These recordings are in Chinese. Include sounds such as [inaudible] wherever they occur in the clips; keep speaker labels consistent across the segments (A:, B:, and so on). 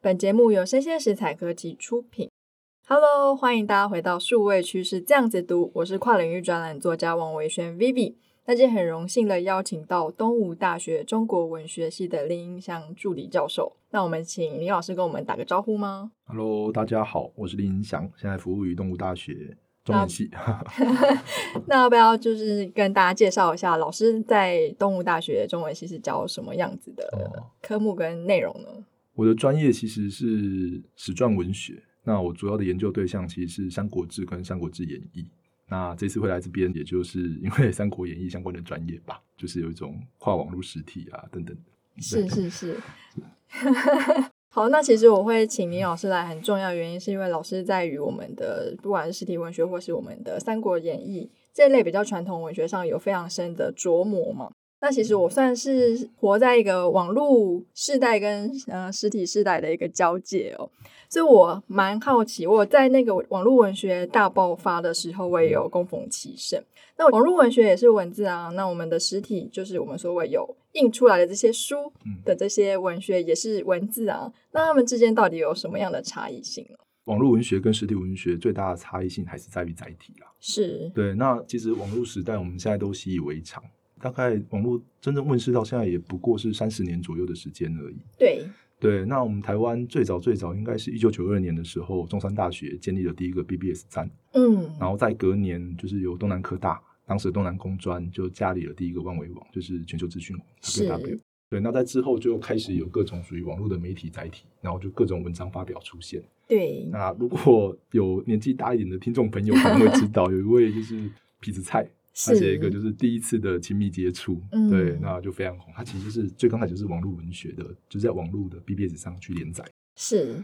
A: 本节目由生鲜食材科技出品。Hello，欢迎大家回到数位趋势这样子读，我是跨领域专栏作家王维轩 Vivi。那今天很荣幸的邀请到东吴大学中国文学系的林英香助理教授。那我们请林老师跟我们打个招呼吗？
B: Hello，大家好，我是林翔，现在服务于动物大学
A: 啊
B: 中文系。 [laughs]
A: 那要不要就是跟大家介绍一下，老师在东吴大学中文系是教什么样子的
B: 哦
A: 科目跟内容呢？
B: 我的专业其实是史传文学，那我主要的研究对象其实是《三国志》跟《三国志演义》。那这次会来这边，也就是因为《三国演义》相关的专业吧， [laughs] 就是有一种跨网络实体啊等等。
A: 是是是。 [laughs] 好，那其实我会请林老师来，很重要原因是因为老师在于我们的不管是实体文学或是我们的《三国演义》这类比较传统文学上有非常深的琢磨嘛。那其实我算是活在一个网络世代跟呃实体世代的一个交界哦，所以我蛮好奇，我在那个网络文学大爆发的时候，我也有供逢其盛。那网络文学也是文字啊，那我们的实体就是我们所谓有印出来的这些书，
B: 嗯，
A: 的这些文学也是文字啊，那它们之间到底有什么样的差异性呢？
B: 网络文学跟实体文学最大的差异性还是在于载体啦。
A: 是，
B: 对，那其实网络时代我们现在都习以为常，大概网络真正问世到现在也不过是三十年左右的时间而已。
A: 对，
B: 对，那我们台湾最早最早应该是一九九二年的时候，中山大学建立了第一个 BBS 站，
A: 嗯，
B: 然后在隔年就是由东南科大，当时的东南工专就架立了第一个万维网，就是全球资讯网
A: 是
B: WW。对，那在之后就开始有各种属于网络的媒体载体，然后就各种文章发表出现。
A: 对，
B: 那如果 [laughs] 有年纪大一点的听众朋友可能会知
A: [laughs]
B: 道，有一位就是痞子蔡，他
A: 是
B: 写一个就是第一次的亲密接触，
A: 嗯
B: 对，那就非常红。他其实就是最刚开始就是网络文学的，就是在网络的 BBS 上去连载。
A: 是，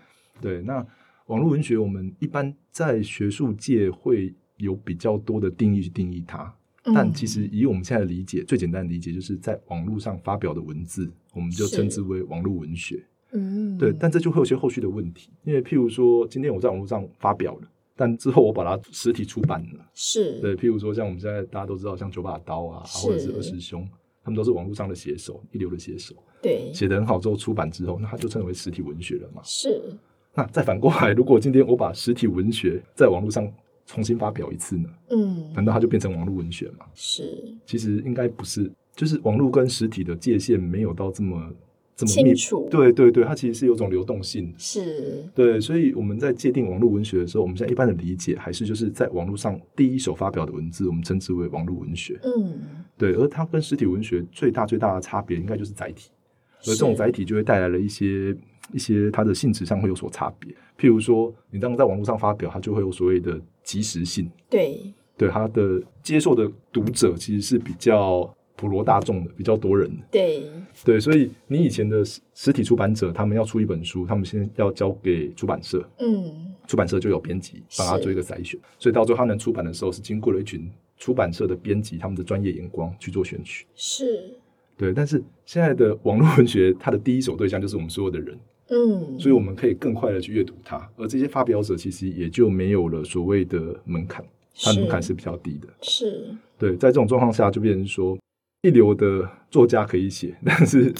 B: 对，那网络文学我们一般在学术界会有比较多的定义去定义它，但
A: 嗯
B: 其实以我们现在的理解，最简单的理解就是在网络上发表的文字，我们就是称之为网络文学。
A: 嗯，
B: 对，但这就会有些后续的问题，因为譬如说，今天我在网络上发表了，但之后我把它实体出版了。
A: 是，
B: 对，譬如说像我们现在大家都知道，像九把刀啊，
A: 是
B: 或者是二师兄，他们都是网络上的写手，一流的写手，
A: 对，
B: 写得很好之后出版之后，那他就称为实体文学了嘛。
A: 是，
B: [laughs] 那再反过来，如果今天我把实体文学在网络上重新发表一次呢？
A: 嗯，
B: 难道它就变成网络文学吗？
A: 是
B: 其实应该不是，就是网络跟实体的界限没有到这么这么
A: 清。
B: 密
A: 楚，
B: 对对对，它其实是有种流动性的。
A: 是，
B: 对，所以我们在界定网络文学的时候，我们现在一般的理解还是就是在网络上第一手发表的文字，我们称之为网络文学。
A: 嗯，
B: 对，而它跟实体文学最大最大的差别，应该就是载体。而这种
A: 是
B: 载体就会带来了一些一些它的性质上会有所差别。譬如说，你当在网络上发表，它就会有所谓的及时性，
A: 对，
B: 对它的接受的读者其实是比较普罗大众的，比较多人的。
A: 对，
B: 对，所以你以前的实实体出版者，他们要出一本书，他们先要交给出版社，
A: 嗯，
B: 出版社就有编辑帮他
A: 是
B: 做一个筛选，所以到最后他能出版的时候，是经过了一群出版社的编辑他们的专业眼光去做选取。
A: 是，
B: 对，但是现在的网络文学，它的第一手对象就是我们所有的人，
A: 嗯，
B: 所以我们可以更快的去阅读它，而这些发表者其实也就没有了所谓的门槛，它的门槛是比较低的。
A: 是，
B: 对，在这种状况下，就变成说，一流的作家可以写， [laughs] 但是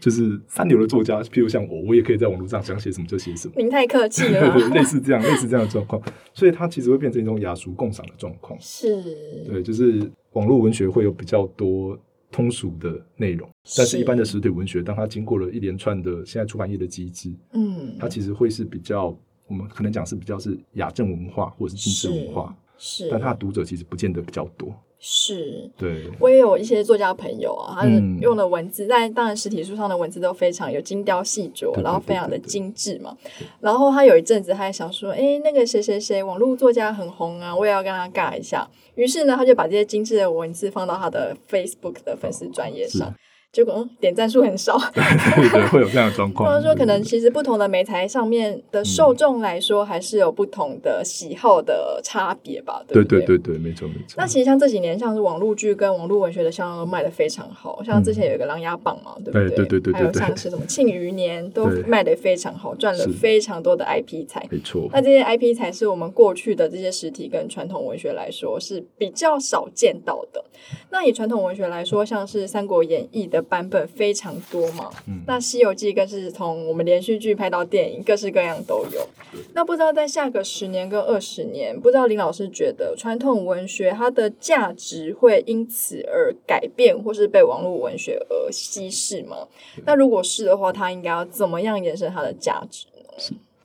B: 就是三流的作家，譬如像我，我也可以在网络上想写什么就写什么。
A: 您太客气了啊
B: [laughs] 对，
A: 啦，
B: 类似这样，类似这样的状况，所以它其实会变成一种雅俗共赏的状况。
A: 是，
B: 对，就是网络文学会有比较多通俗的内容，但是一般的实体文学，当它经过了一连串的现在出版业的机制，
A: 嗯，
B: 它其实会是比较我们可能讲是比较是雅正文化或者是精致文化，
A: 是，
B: 但它的读者其实不见得比较多。
A: 是，
B: 对，
A: 我也有一些作家朋友啊，他的
B: 嗯
A: 用的文字，但当然实体书上的文字都非常有精雕细琢，
B: 对对
A: 然后
B: 对
A: 非常的
B: 对对
A: 精致嘛。然后他有一阵子他还想说，哎，那个谁谁谁网络作家很红啊，我也要跟他尬一下。于是呢，他就把这些精致的文字放到他的 Facebook 的粉丝专业
B: 哦是
A: 上，结果、嗯、点赞数很少。
B: 对对，会有这样的状
A: 或 [laughs]
B: 况。
A: 者说，可能
B: 对
A: 其实不同的媒材上面的受众来说，还是有不同的喜好的差别吧，对
B: 对
A: 不对
B: 对对对，没错没错。
A: 那其实像这几年，像是网络剧跟网络文学的销量都卖的非常好，像之前有一个《琅琊榜》嘛，对不
B: 嗯对对对对对
A: 还有
B: 对
A: 像是什么《庆余年》都
B: 对
A: 卖的非常好，赚了
B: 是
A: 非常多的 IP 财。
B: 没错
A: 那，这些 IP 才是我们过去的这些实体跟传统文学来说是比较少见到的。那以传统文学来说，像是《三国演义》的版本非常多嘛。
B: 嗯，
A: 那《西游记》更是从我们连续剧拍到电影，各式各样都有
B: 对。
A: 那不知道在下个十年跟二十年，不知道林老师觉得传统文学它的价值会因此而改变，或是被网络文学而稀释吗？那如果是的话，它应该要怎么样延伸它的价值？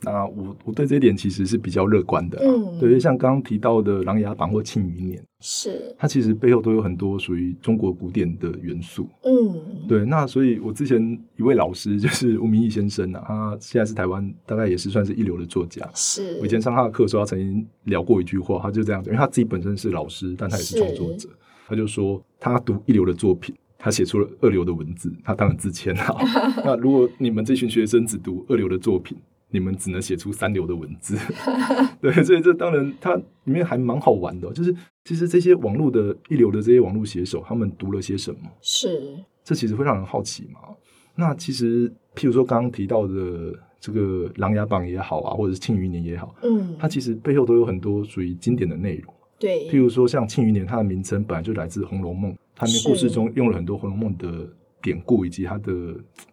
B: 那我我对这一点其实是比较乐观的啦。
A: 嗯
B: 对，因为像刚刚提到的《琅琊榜》或《庆余年》，
A: 是，
B: 它其实背后都有很多属于中国古典的元素。
A: 嗯，
B: 对，那所以我之前一位老师就是吴明义先生啊，他现在是台湾大概也是算是一流的作家。
A: 是。
B: 我以前上他的课的时候，他曾经聊过一句话，他就这样讲，因为他自己本身是老师，但他也是创作者，他就说他读一流的作品，他写出了二流的文字，他当然自谦啊。那如果你们这群学生只读二流的作品，你们只能写出三流的文字，对，所以这当然它里面还蛮好玩的哦、就是其实这些网络的一流的这些网络写手，他们读了些什么？
A: 是，
B: 这其实会让人好奇嘛。那其实，譬如说刚刚提到的这个《琅琊榜》也好啊，或者是《庆余年》也好，
A: 嗯，
B: 它其实背后都有很多属于经典的内容。
A: 对，
B: 譬如说，像《庆余年》，它的名称本来就来自《红楼梦》，它里面
A: 是
B: 故事中用了很多《红楼梦》的典故以及它的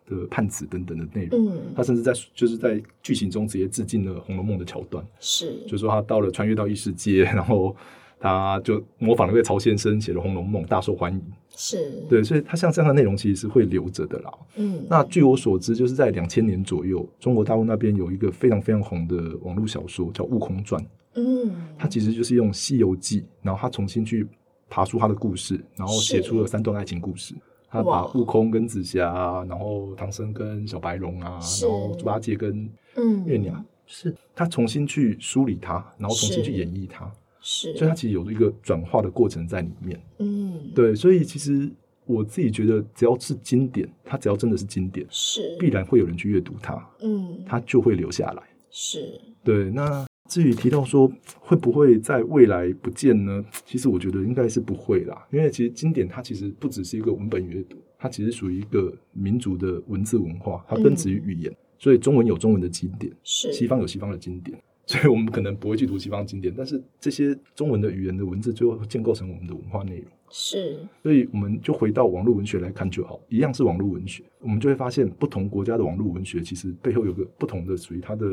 B: 的判词等等的内容。
A: 嗯，
B: 它甚至在就是在剧情中直接致敬了《红楼梦》的桥段，
A: 是，
B: 就是说他到了穿越到异世界，然后他就模仿了一位曹先生写了《红楼梦》，大受欢迎。
A: 是，，
B: 对，所以它像这样的内容其实是会留着的啦。
A: 嗯，
B: 那据我所知，就是在两千年左右，中国大陆那边有一个非常非常红的网络小说叫《悟空传》，
A: 嗯，
B: 它其实就是用《西游记》，然后他重新去爬出他的故事，然后写出了三段爱情故事。他把
A: 哇
B: 悟空跟紫霞啊，然后唐僧跟小白龙啊，
A: 是
B: 然后猪八戒跟
A: 嗯
B: 月娘，就是他重新去梳理它，然后重新去
A: 是
B: 演绎它，
A: 是，
B: 所以它其实有一个转化的过程在里面。
A: 嗯，，
B: 对，所以其实我自己觉得，只要是经典，它只要真的是经典，
A: 是，
B: 必然会有人去阅读它，
A: 嗯，
B: 它就会留下来。
A: 是，
B: 对，那至于提到说会不会在未来不见呢？其实我觉得应该是不会啦，因为其实经典它其实不只是一个文本阅读，它其实属于一个民族的文字文化，它根植于语言，所以中文有中文的经典，
A: 是，
B: 西方有西方的经典。所以我们可能不会去读西方经典，但是这些中文的语言的文字最后会建构成我们的文化内容。
A: 是，
B: 所以我们就回到网络文学来看就好，一样是网络文学，我们就会发现不同国家的网络文学其实背后有个不同的属于它的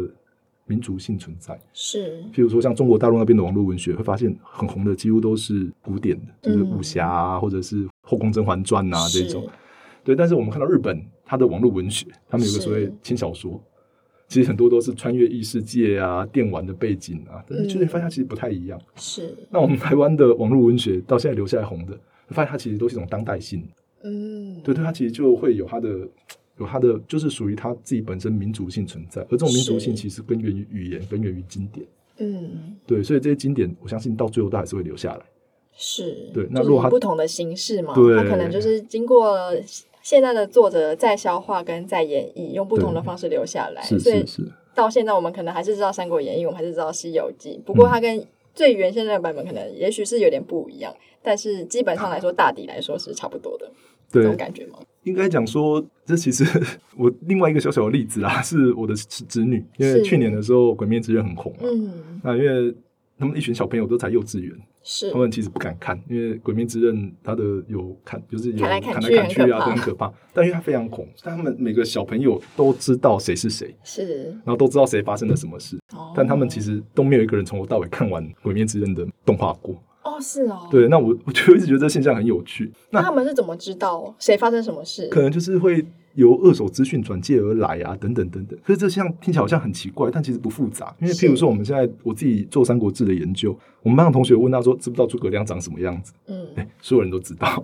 B: 民族性存在。
A: 是，
B: 譬如说，像中国大陆那边的网络文学，会发现很红的几乎都是古典的，就是武侠啊，或者是《后宫甄嬛传》啊
A: 嗯
B: 这
A: 是
B: 种。对，但是我们看到日本它的网络文学，他们有个所谓
A: 是
B: 轻小说，其实很多都是穿越异世界啊、电玩的背景啊，但是就会发现它其实不太一样。
A: 嗯是，
B: 那我们台湾的网络文学到现在留下来红的，发现它其实都是一种当代性，
A: 嗯，
B: 对对，它其实就会有它的有它的就是属于它自己本身民族性存在，而这种民族性
A: 是
B: 其实根源于语言，根源于经典，
A: 嗯，
B: 对，所以这些经典我相信到最后都还是会留下来，
A: 是，
B: 对那
A: 就是
B: 如果它
A: 不同的形式嘛，
B: 对
A: 它可能就是经过。现在的作者再消化跟再演绎，用不同的
B: 对
A: 方式留下来，
B: 是
A: 所以
B: 是是，
A: 到现在我们可能还是知道《三国演义》，我们还是知道《西游记》，不过
B: 嗯
A: 它跟最原先的版本可能也许是有点不一样，但是基本上来说，大抵来说是差不多的这种
B: 对，
A: 感觉吗？
B: 应该讲说这其实 [laughs] 我另外一个小小的例子啦，是我的侄侄女，因为
A: 是
B: 去年的时候《鬼灭之刃》很红嘛，
A: 嗯，
B: 那因为他们一群小朋友都才幼稚园，
A: 是
B: 他，们其实不敢看，因为《鬼灭之刃》它的有看，就是有
A: 砍来
B: 来
A: 砍
B: 砍
A: 去
B: 去啊，
A: 很可怕
B: 都很可怕。但因为它非常恐，所以他们每个小朋友都知道谁是谁，
A: 是，
B: 然后都知道谁发生了什么事，
A: 哦
B: 但他们其实都没有一个人从头到尾看完《鬼灭之刃》的动画过。
A: 哦是哦，，
B: 对，那我我就一直觉得这现象很有趣。
A: 那
B: 那
A: 他们是怎么知道谁发生什么事？
B: 可能就是会由二手资讯转借而来啊，等等等等。可是这项听起来好像很奇怪，但其实不复杂。因为譬如
A: 是
B: 说，我们现在我自己做《三国志》的研究，我们班上同学问他说，知不知道诸葛亮长什么样子？哎
A: 嗯
B: 所有人都知
A: [laughs]
B: 道。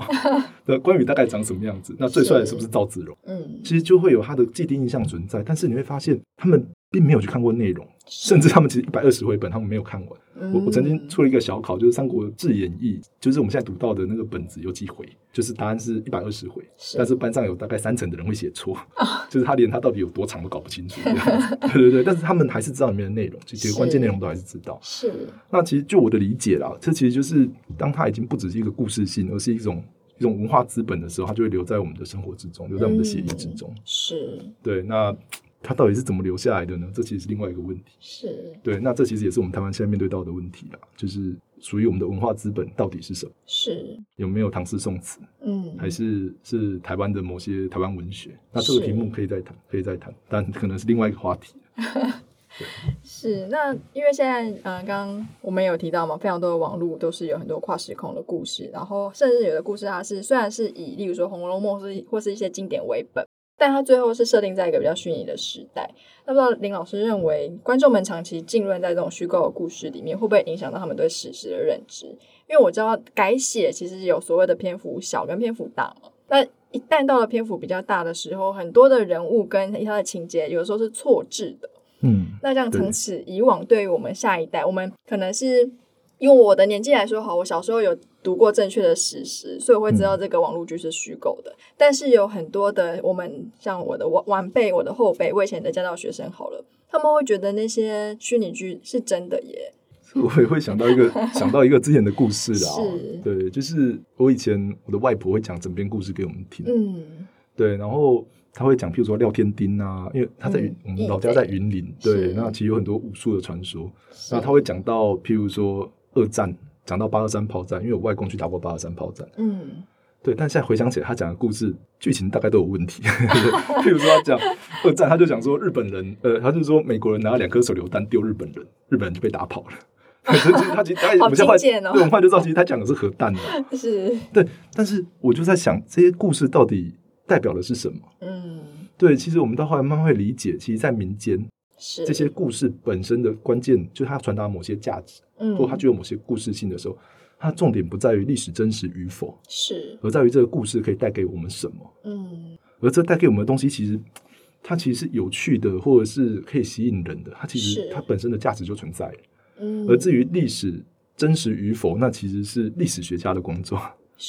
B: 那关羽大概长什么样子？那最帅的是不是赵子龙？
A: 嗯，
B: 其实就会有他的既定印象存在，但是你会发现他们并没有去看过内容，甚至他们其实一百二十回本他们没有看完。我我曾经
A: 嗯
B: 出了一个小考，就是《三国志演义》，就是我们现在读到的那个本子有几回，就是答案是一百二十回，
A: 是哦
B: 但是班上有大概三成的人会写错，就是他连他到底有多长都搞不清楚。这样子 [laughs] 对对对，但是他们还是知道里面的内容，其实
A: 是
B: 关键内容都还是知道。
A: 是
B: 那其实就我的理解啦，这其实就是当它已经不只是一个故事性，而是一种一种文
A: 嗯
B: 化资本的时候，它就会留在我们的生活之中，留在我们的血液之中。
A: 是
B: 对，那它到底是怎么留下来的呢？这其实是另外一个问题。
A: 是
B: 对，那这其实也是我们台湾现在面对到的问题啦，啊就是属于我们的文化资本到底是什么？
A: 是，
B: 有没有唐诗宋词，
A: 嗯，
B: 还是是台湾的某些台湾文学？那这个
A: 是
B: 题目可以再谈，可以再谈，但可能是另外一个话题。
A: 是，那因为现在，呃，刚刚我们有提到嘛，非常多的网络都是有很多跨时空的故事，然后甚至有的故事它是虽然是以例如说《红楼梦》是或是一些经典为本，但它最后是设定在一个比较虚拟的时代。那不知道林老师认为，观众们长期浸润在这种虚构的故事里面，会不会影响到他们对史实的认知？因为我知道改写其实有所谓的篇幅小跟篇幅大嘛，那一旦到了篇幅比较大的时候，很多的人物跟他的情节有的时候是错置的。
B: [laughs] 嗯，
A: 那这样
B: 对
A: 从此以往，对于我们下一代，我们可能是用我的年纪来说好，我小时候有读过正确的史实，所以我会
B: 嗯
A: 知道这个网络剧是虚构的。但是有很多的我们像我的晚晚辈、我的后辈，我以前的家教学生好了，他们会觉得那些虚拟剧是真的耶。
B: 我也会想到
A: [laughs]
B: 一个想到一个之前的故事啦、哦
A: 是
B: 对，就是我以前我的外婆会讲整篇故事给我们听，
A: 嗯，
B: 对，然后她会讲，譬如说廖天丁啊，因为她在云、
A: 嗯
B: 我们老家在云林，
A: 是
B: 对，那其实有很多武术的传说，
A: 是
B: 那她会讲到譬如说二战，讲到八二三炮战，因为我外公去打过八二三炮战，
A: 嗯
B: 对，但现在回想起来，他讲的故事剧情大概都有问题。 [laughs] 譬如说，他讲二战，他就讲说日本人，呃，他就说美国人拿了两颗手榴弹丢日本人，日本人就被打跑了。 [laughs] 所以其实他其实他我
A: 好
B: 们现在换
A: 精简哦
B: 对，我们换就知道，其实他讲的是核
A: [laughs]
B: 弹嘛。
A: 是
B: 对，但是我就在想，这些故事到底代表的是什么？
A: 嗯
B: 对，其实我们到后来慢慢会理解，其实，在民间
A: 是
B: 这些故事本身的关键，就是它传达某些价值，
A: 嗯
B: 或它具有某些故事性的时候，它重点不在于历史真实与否，
A: 是
B: 而在于这个故事可以带给我们什么。
A: 嗯
B: 而这带给我们的东西，其实它其实是有趣的，或者是可以吸引人的。它其
A: 是
B: 实它本身的价值就存在了。
A: 嗯，
B: 而至于历史真实与否，那其实是历史学家的工作，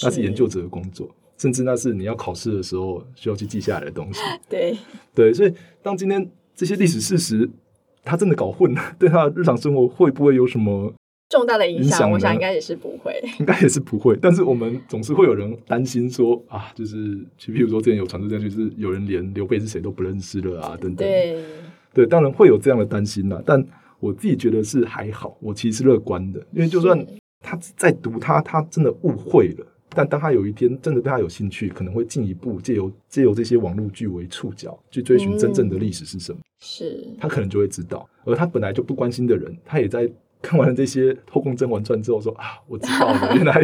B: 那是研究者的工作，甚至那是你要考试的时候需要去记下来的东西。
A: 对
B: 对，所以当今天这些历史事实。他真的搞混了，对他的日常生活会不会有什么？
A: 重大的影
B: 影响
A: 响，我
B: 呢
A: 想应该也是不会。
B: 应该也是不会。但是我们总是会有人担心说啊，就是，就譬如说之前有传出这样，就是有人连刘备是谁都不认识了啊，等等。
A: 对，
B: 对，当然会有这样的担心啦，但我自己觉得是还好，我其实是乐观的，因为就算
A: 是
B: 他在读他，他真的误会了，但当他有一天真的对他有兴趣，可能会进一步借由借由这些网络剧为触角，去追寻真
A: 嗯
B: 正的历史是什么，
A: 是
B: 他可能就会知道。而他本来就不关心的人，他也在。看完了这些《后宫甄嬛传》之后说，啊，我知道了，原来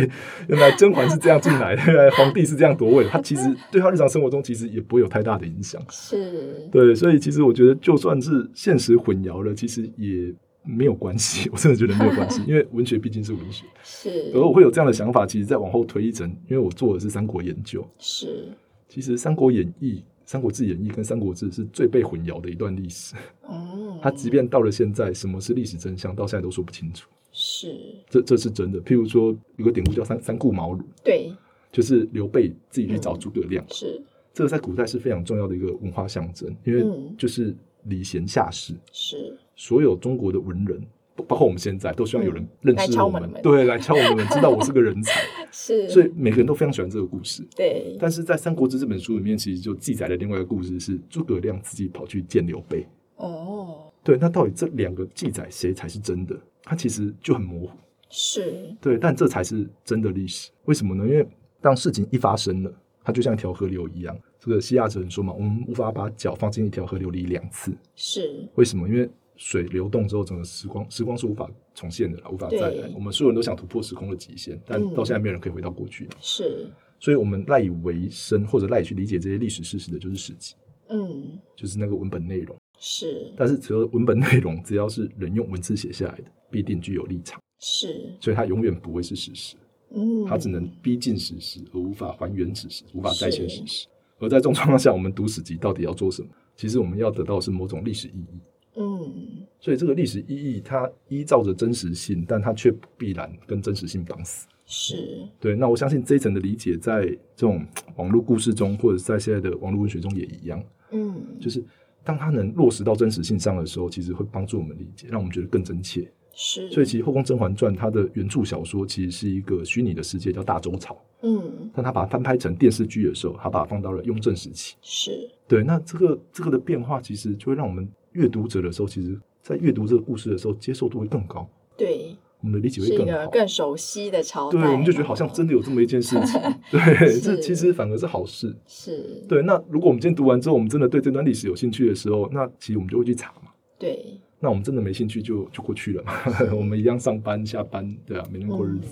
B: 原来甄嬛是这样进来的，原来皇帝是这样夺位的。他其实对他日常生活中其实也不会有太大的影响。
A: 是，
B: 对，所以其实我觉得，就算是现实混淆了，其实也没有关系。我真的觉得没有关系，因为文学毕竟是文学。
A: 是
B: 而我会有这样的想法，其实再往后推一层，因为我做的是三国研究，
A: 是，
B: 其实《三国演义》《三国志演义》跟《三国志》是最被混淆的一段历史。
A: 嗯，
B: 它即便到了现在，什么是历史真相，到现在都说不清楚。
A: 是
B: 这这是真的。譬如说，有个典故叫三“三顾茅庐”，
A: 对，
B: 就是刘备自己去
A: 嗯
B: 找诸葛亮。
A: 是
B: 这个在古代是非常重要的一个文化象征，因为
A: 嗯
B: 就是礼贤下士。
A: 是
B: 所有中国的文人，不包括我们现在，都希望有人认
A: 嗯来
B: 识
A: 敲
B: 我
A: 门
B: 们，
A: 的
B: 对，来敲我们门，知道我是个人
A: [laughs]
B: 才。
A: 是，
B: 所以每个人都非常喜欢这个故事。
A: 对，
B: 但是在《三国志》这本书里面，其实就记载了另外一个故事，是诸葛亮自己跑去见刘备。
A: 哦，
B: 对，那到底这两个记载谁才是真的？它其实就很模糊。
A: 是
B: 对，但这才是真的历史。为什么呢？因为当事情一发生了，它就像一条河流一样。这个西亚哲人说嘛，我们无法把脚放进一条河流里两次。
A: 是
B: 为什么？因为水流动之后，整个时光时光是无法重现的啦，无法再来
A: 对。
B: 我们所有人都想突破时空的极限，但
A: 嗯
B: 到现在没有人可以回到过去。
A: 是，
B: 所以，我们赖以为生或者赖以去理解这些历史事实的，就是史记，
A: 嗯，
B: 就是那个文本内容。
A: 是
B: 但是，只要文本内容只要是人用文字写下来的，必定具有立场，
A: 是，
B: 所以它永远不会是史实，
A: 嗯，
B: 它只能逼近史实，而无法还原史实，无法再现
A: 是
B: 史实。而在这种状况下，我们读史籍到底要做什么？其实我们要得到的是某种历史意义。
A: 嗯，
B: 所以这个历史意义，它依照着真实性，但它却不必然跟真实性绑死。
A: 是
B: 对，那我相信这一层的理解，在这种嘖网络故事中，或者是在现在的网络文学中也一样，
A: 嗯，
B: 就是当它能落实到真实性上的时候，其实会帮助我们理解，让我们觉得更真切。
A: 是，
B: 所以其实《后宫甄嬛传》它的原著小说其实是一个虚拟的世界，叫大周朝。
A: 嗯
B: 但他把它翻拍成电视剧的时候，他把它放到了雍正时期。
A: 是，
B: 对，那这个这个的变化，其实就会让我们阅读者的时候，其实在阅读这个故事的时候，接受度会更高，
A: 对，
B: 我们的理解
A: 是
B: 会
A: 一
B: 更
A: 个
B: 好。
A: 更熟悉的朝代，
B: 对，我们就觉得好像真的有这么一件事
A: [laughs]
B: 情。对，
A: 是
B: 这其实反而是好事。
A: 是，
B: 对，那如果我们今天读完之后，我们真的对这段历史有兴趣的时候，那其实我们就会去查嘛。
A: 对，
B: 那我们真的没兴趣就就过去
A: [laughs]
B: 了嘛，我们一样上班下班，对啊，每天过日
A: 嗯
B: 子，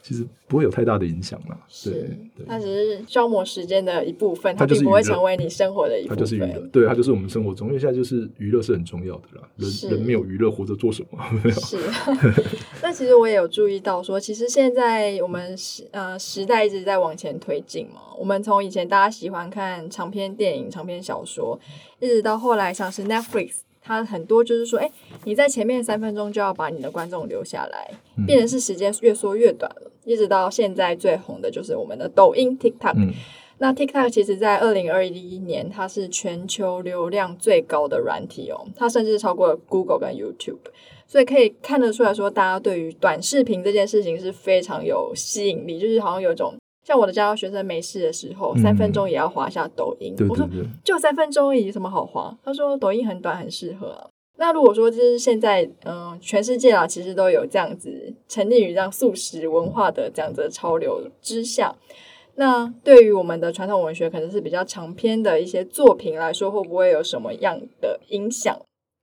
B: 其实不会有太大的影响啦。对
A: 是，，
B: 对。
A: 它只是消磨时间的一部分，它
B: 它就是
A: 并不会
B: 娱乐
A: 成为你生活的一部
B: 它
A: 分，
B: 就是娱乐，对，它就是我们生活中，因为现在就是娱乐是很重要的啦。人
A: 是
B: 人没有娱乐，活着做什么？没有，
A: 是， [laughs] 那其实我也有注意到说，其实现在我们时呃时代一直在往前推进嘛。我们从以前大家喜欢看长篇电影、长篇小说，一直到后来像是 Netflix，它很多就是说，哎、你在前面三分钟就要把你的观众留下来，
B: 嗯
A: 变成是时间越缩越短了。一直到现在最红的就是我们的抖音 TikTok，、
B: 嗯，
A: 那 TikTok 其实在二零二一年，它是全球流量最高的软体哦，它甚至超过了 Google 跟 YouTube，所以可以看得出来说，大家对于短视频这件事情是非常有吸引力，就是好像有一种像我的家教学生没事的时候，
B: 嗯
A: 三分钟也要滑一下抖音。
B: 对
A: 我
B: 对
A: 说
B: 对，
A: 就三分钟而已，有什么好滑？他说抖音很短，很适合啊。那如果说就是现在，嗯、全世界啊，其实都有这样子沉溺于这样素食文化的这样子的潮流之下，那对于我们的传统文学可能是比较长篇的一些作品来说，会不会有什么样的影响？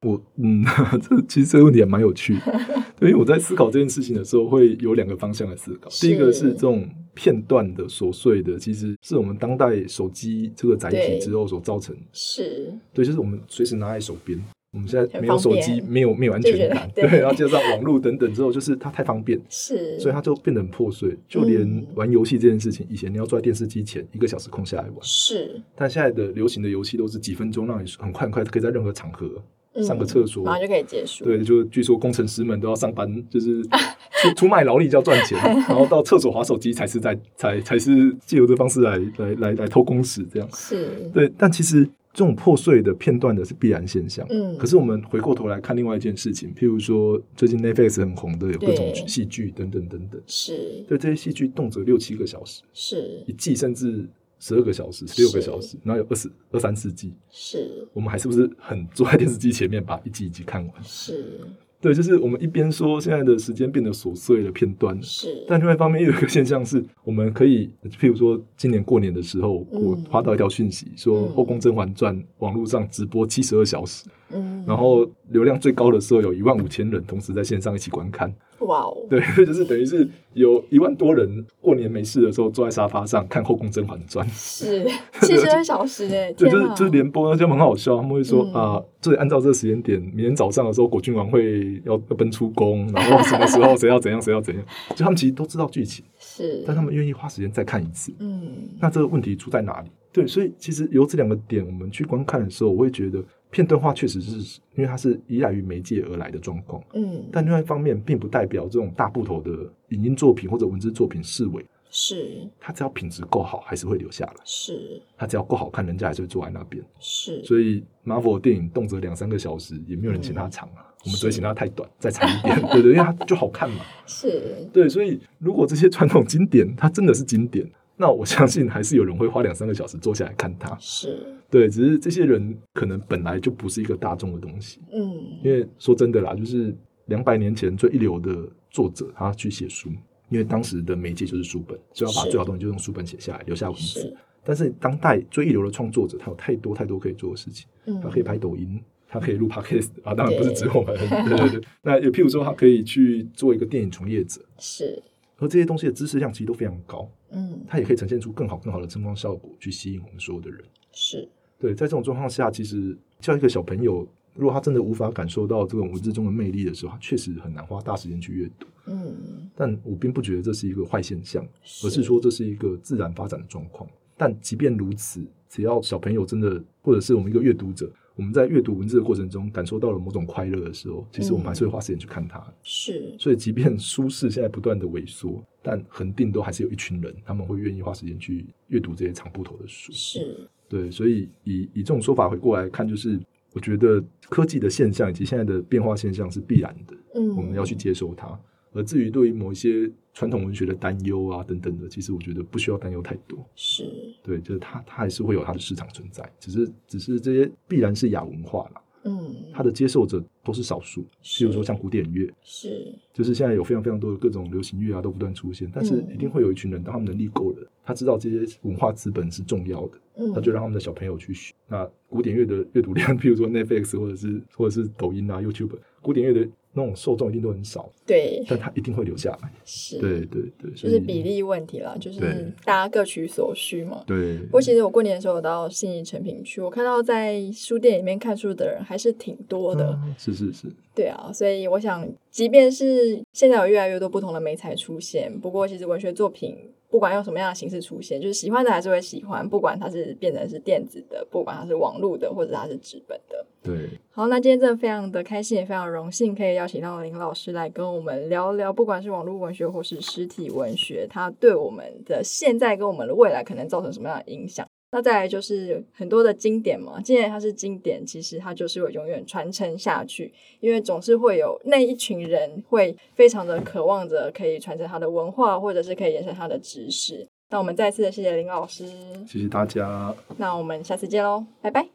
B: 我嗯， [laughs] 这其实这个问题也蛮
A: [laughs]
B: 有趣的。对，因为我在思考这件事情的时候，会有两个方向来思考。
A: 是
B: 第一个是这种片段的、琐碎的，其实是我们当代手机这个载
A: 对
B: 体之后所造成的。
A: 是
B: 对，就是我们随时拿在手边。我们现在
A: 很
B: 没有
A: 方
B: 手机，
A: 便
B: 没有没有安
A: 就
B: 全
A: 觉得
B: 感，
A: 对
B: 对，然后加上网络等等之后，就是它太方便，
A: 是，
B: 所以它就变得很破碎。就
A: 嗯
B: 连玩游戏这件事情，以前你要坐在电视机前一个小时空下来玩，
A: 是、
B: 但现在的流行的游戏都是几分钟，让你很快很快可以在任何场合
A: 嗯
B: 上个厕所。
A: 马上就可以结束。
B: 对，就据说工程师们都要上班，就是
A: [laughs]
B: 出出卖劳力叫赚钱，然后到厕所划手机才是在才才是借由这方式来来来来偷工时这样。
A: 是，
B: 对，但其实这种破碎的片段的是必然现象。
A: 嗯，
B: 可是我们回过头来看另外一件事情，譬如说最近 Netflix 很红的有各种
A: 对
B: 戏剧等等等等，
A: 是
B: 对这些戏剧动辄六七个小时，
A: 是
B: 一季甚至十二个小时、十六个
A: 是
B: 小时，然后有二十二三四季，
A: 是
B: 我们还是不是很坐在电视机前面把一集一集看完？
A: 是
B: 对，就是我们一边说现在的时间变得琐碎了、片段了，
A: 是，
B: 但另外一方面又有一个现象是，我们可以，譬如说今年过年的时候，
A: 嗯
B: 我发到一条讯息说
A: 嗯
B: 《后宫甄嬛传》网络上直播七十二小时，
A: 嗯，
B: 然后流量最高的时候有一万五千人同时在线上一起观看，
A: 哇哦，
B: [laughs] 对，就是等于是有一万多人过年没事的时候坐在沙发上看《后宫甄嬛传》。 [laughs]
A: 是七十二小时哎，
B: 对，
A: 天
B: 就是
A: 哪
B: 就是联播，那就很好笑。他们会说
A: 嗯
B: 啊，这里按照这个时间点，明天早上的时候，果郡王会要要奔出宫，然后什么时候谁要怎样，谁要怎样。就他们其实都知道剧情，
A: 是，
B: 但他们愿意花时间再看一次。
A: 嗯
B: 那这个问题出在哪里？对，所以其实由这两个点，我们去观看的时候，我会觉得片段化确实是因为它是依赖于媒介而来的状况，
A: 嗯，
B: 但另外一方面，并不代表这种大部头的影音作品或者文字作品视为
A: 是
B: 它只要品质够好，还是会留下来；
A: 是
B: 它只要够好看，人家还是会坐在那边。
A: 是，
B: 所以 Marvel 电影动辄两三个小时，也没有人嫌它长啊，我们只会嫌它太短，再长一点， [laughs] 对对，因为它就好看嘛。
A: 是
B: 对，所以如果这些传统经典它真的是经典，那我相信还是有人会花两三个小时坐下来看它。
A: 是，
B: 对，只是这些人可能本来就不是一个大众的东西，
A: 嗯
B: 因为说真的啦，就是两百年前最一流的作者他去写书。因为当时的媒介就是书本，所以要把
A: 是
B: 最好的东西就用书本写下来，留下文字
A: 是。，
B: 但是当代最一流的创作者，他有太多太多可以做的事情。
A: 嗯
B: 他可以拍抖音，他可以录 podcast 啊，当然
A: 对
B: 不是只有我们， [laughs] 对对对。
A: [laughs]
B: 那也譬如说，他可以去做一个电影从业者，
A: 是，
B: 而这些东西的知识量其实都非常高，
A: 嗯
B: 它也可以呈现出更好更好的声光效果，去吸引我们所有的人。
A: 是
B: 对，在这种状况下，其实叫一个小朋友，如果他真的无法感受到这种文字中的魅力的时候，他确实很难花大时间去阅读。
A: 嗯，
B: 但我并不觉得这是一个坏现象，
A: 而
B: 而是说这是一个自然发展的状况。但即便如此，只要小朋友真的，或者是我们一个阅读者，我们在阅读文字的过程中感受到了某种快乐的时候，其实我们还是会花时间去看它。
A: 是
B: 所以，即便舒适现在不断的萎缩，但恒定都还是有一群人，他们会愿意花时间去阅读这些长不头的书。
A: 是
B: 对，所以以以这种说法回过来看，就是我觉得科技的现象以及现在的变化现象是必然的，
A: 嗯，
B: 我们要去接受它。而至于对于某一些传统文学的担忧啊等等的，其实我觉得不需要担忧太多。
A: 是，
B: 对，就是它它还是会有它的市场存在，只是只是这些必然是亚文化啦，
A: 嗯，
B: 它的接受者都是少数。譬
A: 是
B: 如说像古典乐，
A: 是，
B: 就是现在有非常非常多的各种流行乐啊都不断出现，但是
A: 嗯
B: 一定会有一群人，当他们能力够了，他知道这些文化资本是重要的，
A: 嗯，
B: 他就让他们的小朋友去学。那古典乐的阅读量，譬如说 Netflix 或者是或者是抖音啊、YouTube，古典乐的那种受众一定都很少，
A: 对
B: 但它一定会留下来。
A: 是，
B: 对，对对，
A: 就
B: 就是
A: 比。例问题啦，就是
B: 对
A: 大家各取所需嘛。
B: 对，
A: 不过其实我过年的时候有到信义成品去，我看到在书店里面看书的人还是挺多的，
B: 嗯是是是，
A: 对啊，所以我想，即便是现在有越来越多不同的媒材出现，不过其实文学作品不管用什么样的形式出现，就是喜欢的还是会喜欢，不管它是变成是电子的，不管它是网络的，或者它是纸本的。
B: 对。
A: 好，那今天真的非常的开心，也非常荣幸可以邀请到林老师来跟我们聊聊，不管是网络文学或是实体文学，它对我们的现在跟我们的未来可能造成什么样的影响。那再来就是很多的经典嘛，既然它是经典，其实它就是会永远传承下去，因为总是会有那一群人会非常的渴望着可以传承他的文化，或者是可以延伸他的知识。那我们再次的谢谢林老师，
B: 谢谢大家，
A: 那我们下次见喽，拜拜。